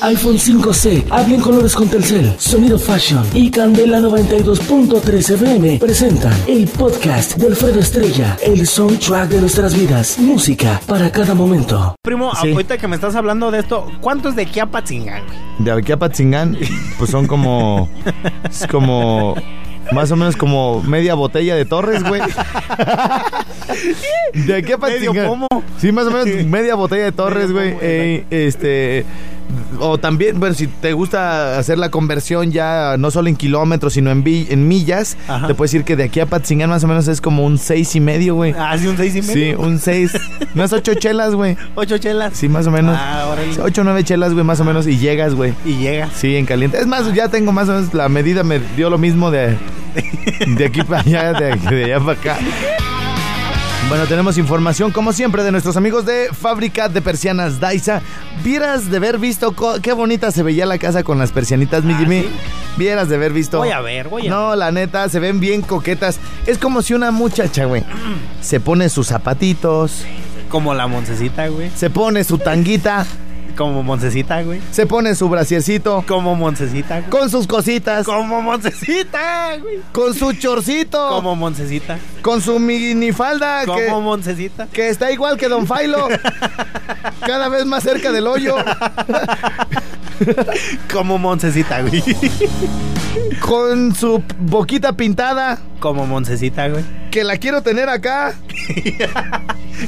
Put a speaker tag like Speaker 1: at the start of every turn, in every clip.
Speaker 1: iPhone 5C, hablen colores con Telcel, Sonido Fashion y Candela 92.3 FM presentan el podcast de Alfredo Estrella, el soundtrack de nuestras vidas, música para cada momento.
Speaker 2: Primo,
Speaker 3: Sí.
Speaker 2: ahorita que me estás hablando de esto, ¿cuánto es de Quiapatzingán? güey?
Speaker 3: De aquí a Patzingán, pues son como. Es como. Más o menos como media botella de Torres, güey. De aquí a
Speaker 2: Medio
Speaker 3: Patzingán.
Speaker 2: pomo.
Speaker 3: Sí, más o menos media botella de Torres,
Speaker 2: Medio
Speaker 3: güey.
Speaker 2: pomo,
Speaker 3: Eh, este. O también, bueno, si te gusta hacer la conversión ya no solo en kilómetros, sino en, vi- en millas,
Speaker 2: Ajá.
Speaker 3: te puedes decir que de aquí a Patzingán más o menos es como un seis y medio, güey.
Speaker 2: Hace un seis y
Speaker 3: Sí,
Speaker 2: Ah, medio.
Speaker 3: un seis. Unas ocho chelas, güey.
Speaker 2: Ocho chelas.
Speaker 3: Sí, más o menos.
Speaker 2: Ah, órale.
Speaker 3: Ocho o nueve chelas, güey, más o menos. Y llegas, güey.
Speaker 2: Y llegas.
Speaker 3: Sí, en caliente. Es más, ya tengo más o menos la medida, me dio lo mismo de, de aquí para allá, de, de allá para acá. Bueno, tenemos información, como siempre, de nuestros amigos de Fábrica de Persianas Daisa. Vieras de haber visto co- qué bonita se veía la casa con las persianitas, mi
Speaker 2: Ah,
Speaker 3: Jimmy.
Speaker 2: ¿sí?
Speaker 3: Vieras de haber visto.
Speaker 2: Voy a ver, voy a
Speaker 3: No, la neta, se ven bien coquetas. Es como si una muchacha, güey, se pone sus zapatitos,
Speaker 2: ver. Como la Moncecita, güey.
Speaker 3: se pone su tanguita,
Speaker 2: Como Moncecita, güey.
Speaker 3: se pone su brasiercito,
Speaker 2: Como Moncecita, güey.
Speaker 3: con sus cositas,
Speaker 2: Como Moncecita, güey.
Speaker 3: con su chorcito.
Speaker 2: Como Moncecita.
Speaker 3: Con su minifalda que,
Speaker 2: Como Moncecita.
Speaker 3: que está igual que Don Failo. cada vez más cerca del hoyo.
Speaker 2: Como Moncecita, güey.
Speaker 3: Con su boquita pintada.
Speaker 2: Como Moncecita, güey.
Speaker 3: Que la quiero tener acá.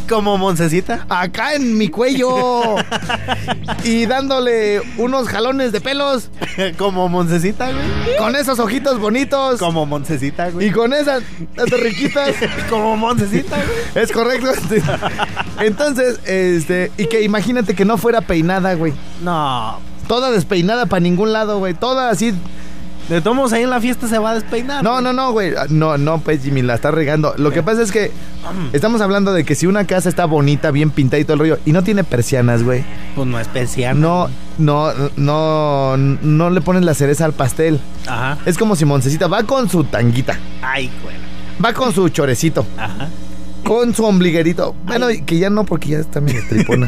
Speaker 2: Como Moncecita.
Speaker 3: Acá en mi cuello. y dándole unos jalones de pelos.
Speaker 2: Como Moncecita, güey.
Speaker 3: Con esos ojitos bonitos.
Speaker 2: Como Moncecita, güey.
Speaker 3: Y con esas, esas riquitas.
Speaker 2: Como Moncecita, güey.
Speaker 3: Es correcto. Entonces, este. Y que imagínate que no fuera peinada, güey.
Speaker 2: No.
Speaker 3: Toda despeinada para ningún lado, güey. Toda así
Speaker 2: De todos modos, ahí en la fiesta se va a despeinar.
Speaker 3: No, no, no, güey. No, no, pues Jimmy, la está regando. Lo que pasa es que estamos hablando de que si una casa está bonita, bien pintada y todo el rollo, y no tiene persianas, güey.
Speaker 2: Pues no es especial.
Speaker 3: No, no, no, no le pones la cereza al pastel.
Speaker 2: Ajá.
Speaker 3: Es como si Moncecita va con su tanguita,
Speaker 2: Ay, güey.
Speaker 3: va con su chorecito,
Speaker 2: Ajá.
Speaker 3: con su ombliguerito. Bueno, y que ya no, porque ya está medio tripona.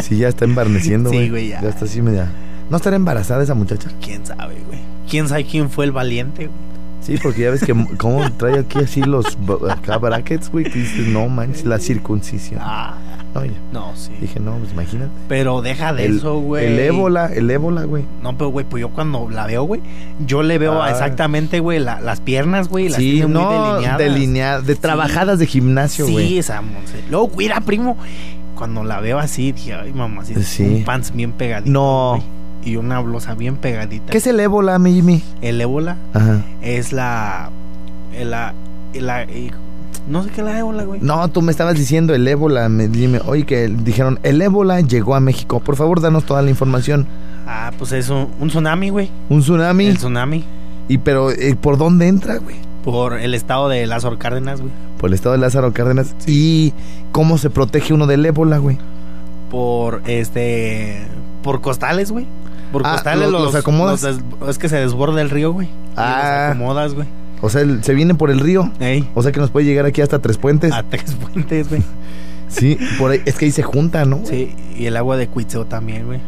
Speaker 3: Sí, ya está embarneciendo,
Speaker 2: Sí,
Speaker 3: güey.
Speaker 2: güey, ya.
Speaker 3: ya. está así media. ¿No estará embarazada esa muchacha?
Speaker 2: ¿Quién sabe, güey? ¿Quién sabe quién fue el valiente, güey?
Speaker 3: Sí, porque ya ves que cómo trae aquí así los b- acá brackets, güey, que dices, no manches, la circuncisión.
Speaker 2: Ah,
Speaker 3: No, ya.
Speaker 2: no, sí.
Speaker 3: Dije, no, pues imagínate.
Speaker 2: Pero deja de
Speaker 3: el,
Speaker 2: eso, güey.
Speaker 3: El ébola, el ébola, güey.
Speaker 2: No, pero, güey, pues yo cuando la veo, güey, yo le veo
Speaker 3: Ah.
Speaker 2: exactamente, güey, la- las piernas, güey, las
Speaker 3: Sí,
Speaker 2: tiene muy
Speaker 3: no,
Speaker 2: delineadas.
Speaker 3: delineada, de trabajadas de gimnasio, güey.
Speaker 2: Sí, esa Monse. Luego, cuida, primo. Cuando la veo así, dije, ay, mamá, sí,
Speaker 3: Sí.
Speaker 2: un pants bien pegadito.
Speaker 3: No.
Speaker 2: güey, Y una blusa bien pegadita.
Speaker 3: ¿Qué es el ébola, mi Jimmy?
Speaker 2: El ébola
Speaker 3: Ajá.
Speaker 2: es la. La. la eh, no sé qué es la ébola, güey.
Speaker 3: No, tú me estabas diciendo el ébola, mi Jimmy. Oye, que dijeron, el ébola llegó a México. Por favor, danos toda la información.
Speaker 2: Ah, pues es un, un tsunami, güey.
Speaker 3: Un tsunami.
Speaker 2: El tsunami.
Speaker 3: y pero, eh, ¿por dónde entra, güey?
Speaker 2: Por el estado de Lázaro Cárdenas, güey.
Speaker 3: Por el estado de Lázaro Cárdenas. ¿Y cómo se protege uno del ébola, güey?
Speaker 2: Por este. Por costales, güey. Por
Speaker 3: Ah,
Speaker 2: costales
Speaker 3: lo-
Speaker 2: los,
Speaker 3: los acomodas.
Speaker 2: los des- es que se desborda el río, güey. Y
Speaker 3: Ah.
Speaker 2: Los acomodas, güey.
Speaker 3: O sea, el- se viene por el río.
Speaker 2: Ey.
Speaker 3: O sea que nos puede llegar aquí hasta Tres Puentes.
Speaker 2: A tres puentes, güey.
Speaker 3: Sí, por ahí, es que ahí se junta, ¿no?
Speaker 2: Sí. Y el agua de Cuitzeo también, güey.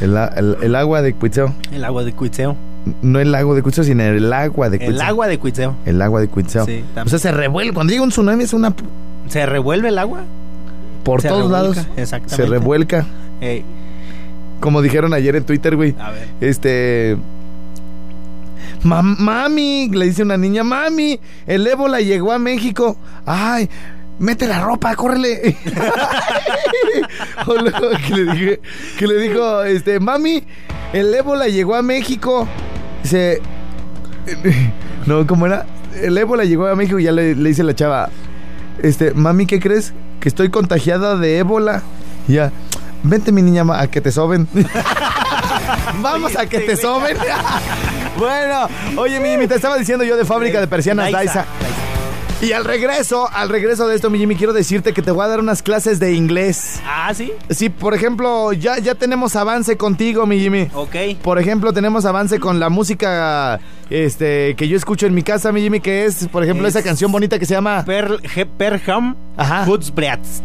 Speaker 3: El, a- el- el agua de Cuitzeo.
Speaker 2: El agua de Cuitzeo.
Speaker 3: No el lago de Cuitzeo, sino el agua de Cuitzeo.
Speaker 2: El agua de Cuitzeo.
Speaker 3: El agua de Cuitzeo.
Speaker 2: Sí,
Speaker 3: o sea,
Speaker 2: también.
Speaker 3: se revuelve. Cuando llega un tsunami es una... p-
Speaker 2: se revuelve el agua.
Speaker 3: Por
Speaker 2: se
Speaker 3: todos
Speaker 2: revuelca, Eh,
Speaker 3: lados.
Speaker 2: Exactamente.
Speaker 3: Se revuelca.
Speaker 2: Ey,
Speaker 3: Como dijeron ayer en Twitter, güey.
Speaker 2: a ver.
Speaker 3: Este... "Mam- mami, le dice una niña, mami, el ébola llegó a México. Ay, mete la ropa, córrele. O luego que le, dije- que le dijo, este, mami, el ébola llegó a México. Dice, no, ¿cómo era? El ébola llegó a México y ya le, le dice la chava, este, mami, ¿qué crees? Que estoy contagiada de ébola. Y Ya, Vente, mi niña, ma- a que te soben. Vamos a que te soben. bueno, oye, Mimi, te estaba diciendo yo de fábrica de persianas Daisa. Y al regreso, al regreso de esto, mi Jimmy, quiero decirte que te voy a dar unas clases de inglés.
Speaker 2: Ah, sí.
Speaker 3: Sí, por ejemplo, ya, ya tenemos avance contigo, mi Jimmy.
Speaker 2: Ok.
Speaker 3: Por ejemplo, tenemos avance con la música este, que yo escucho en mi casa, mi Jimmy, que es, por ejemplo, esa
Speaker 2: Es-
Speaker 3: canción bonita que se llama...
Speaker 2: Per, Ge- Perham
Speaker 3: Ajá.
Speaker 2: Hoodsbreads.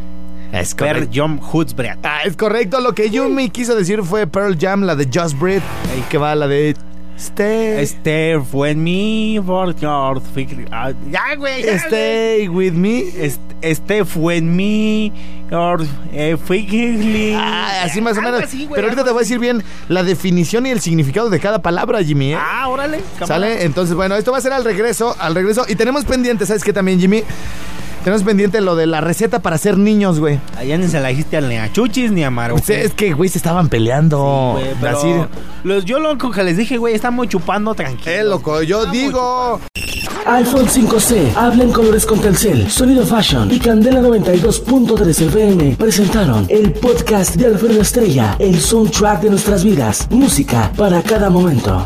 Speaker 3: Es
Speaker 2: Per
Speaker 3: correcto.
Speaker 2: Jom Hoodsbreads.
Speaker 3: Ah, es correcto. Lo que Jimmy quiso decir fue Pearl Jam, la de Just Breathe,
Speaker 2: Ey.
Speaker 3: que va la de... Stay,
Speaker 2: Este fue en mi for your fig- ah, Ya, güey. ya, güey.
Speaker 3: stay with me.
Speaker 2: Este, este fue en mi or eh, figly.
Speaker 3: Ah, así más o
Speaker 2: Algo
Speaker 3: menos.
Speaker 2: así, pues güey,
Speaker 3: Pero ahorita
Speaker 2: algo
Speaker 3: te voy a decir bien la definición y el significado de cada palabra, Jimmy. ¿eh?
Speaker 2: Ah, órale. cámara.
Speaker 3: ¿Sale? Entonces, bueno, esto va a ser al regreso, al regreso. Y tenemos pendiente, ¿sabes qué también, Jimmy? Tenemos pendiente lo de la receta para ser niños, güey.
Speaker 2: Allá ni se la dijiste ni a Chuchis ni a Maro.
Speaker 3: O sea, Es que, güey, se estaban peleando.
Speaker 2: güey, pero
Speaker 3: Así.
Speaker 2: los, yo lo que les dije, güey, estamos chupando tranquilo.
Speaker 3: Eh, loco, yo digo.
Speaker 1: iPhone 5C, habla en colores con Telcel, Sonido Fashion y Candela 92.3 FM presentaron el podcast de Alfredo Estrella, el soundtrack de nuestras vidas, música para cada momento.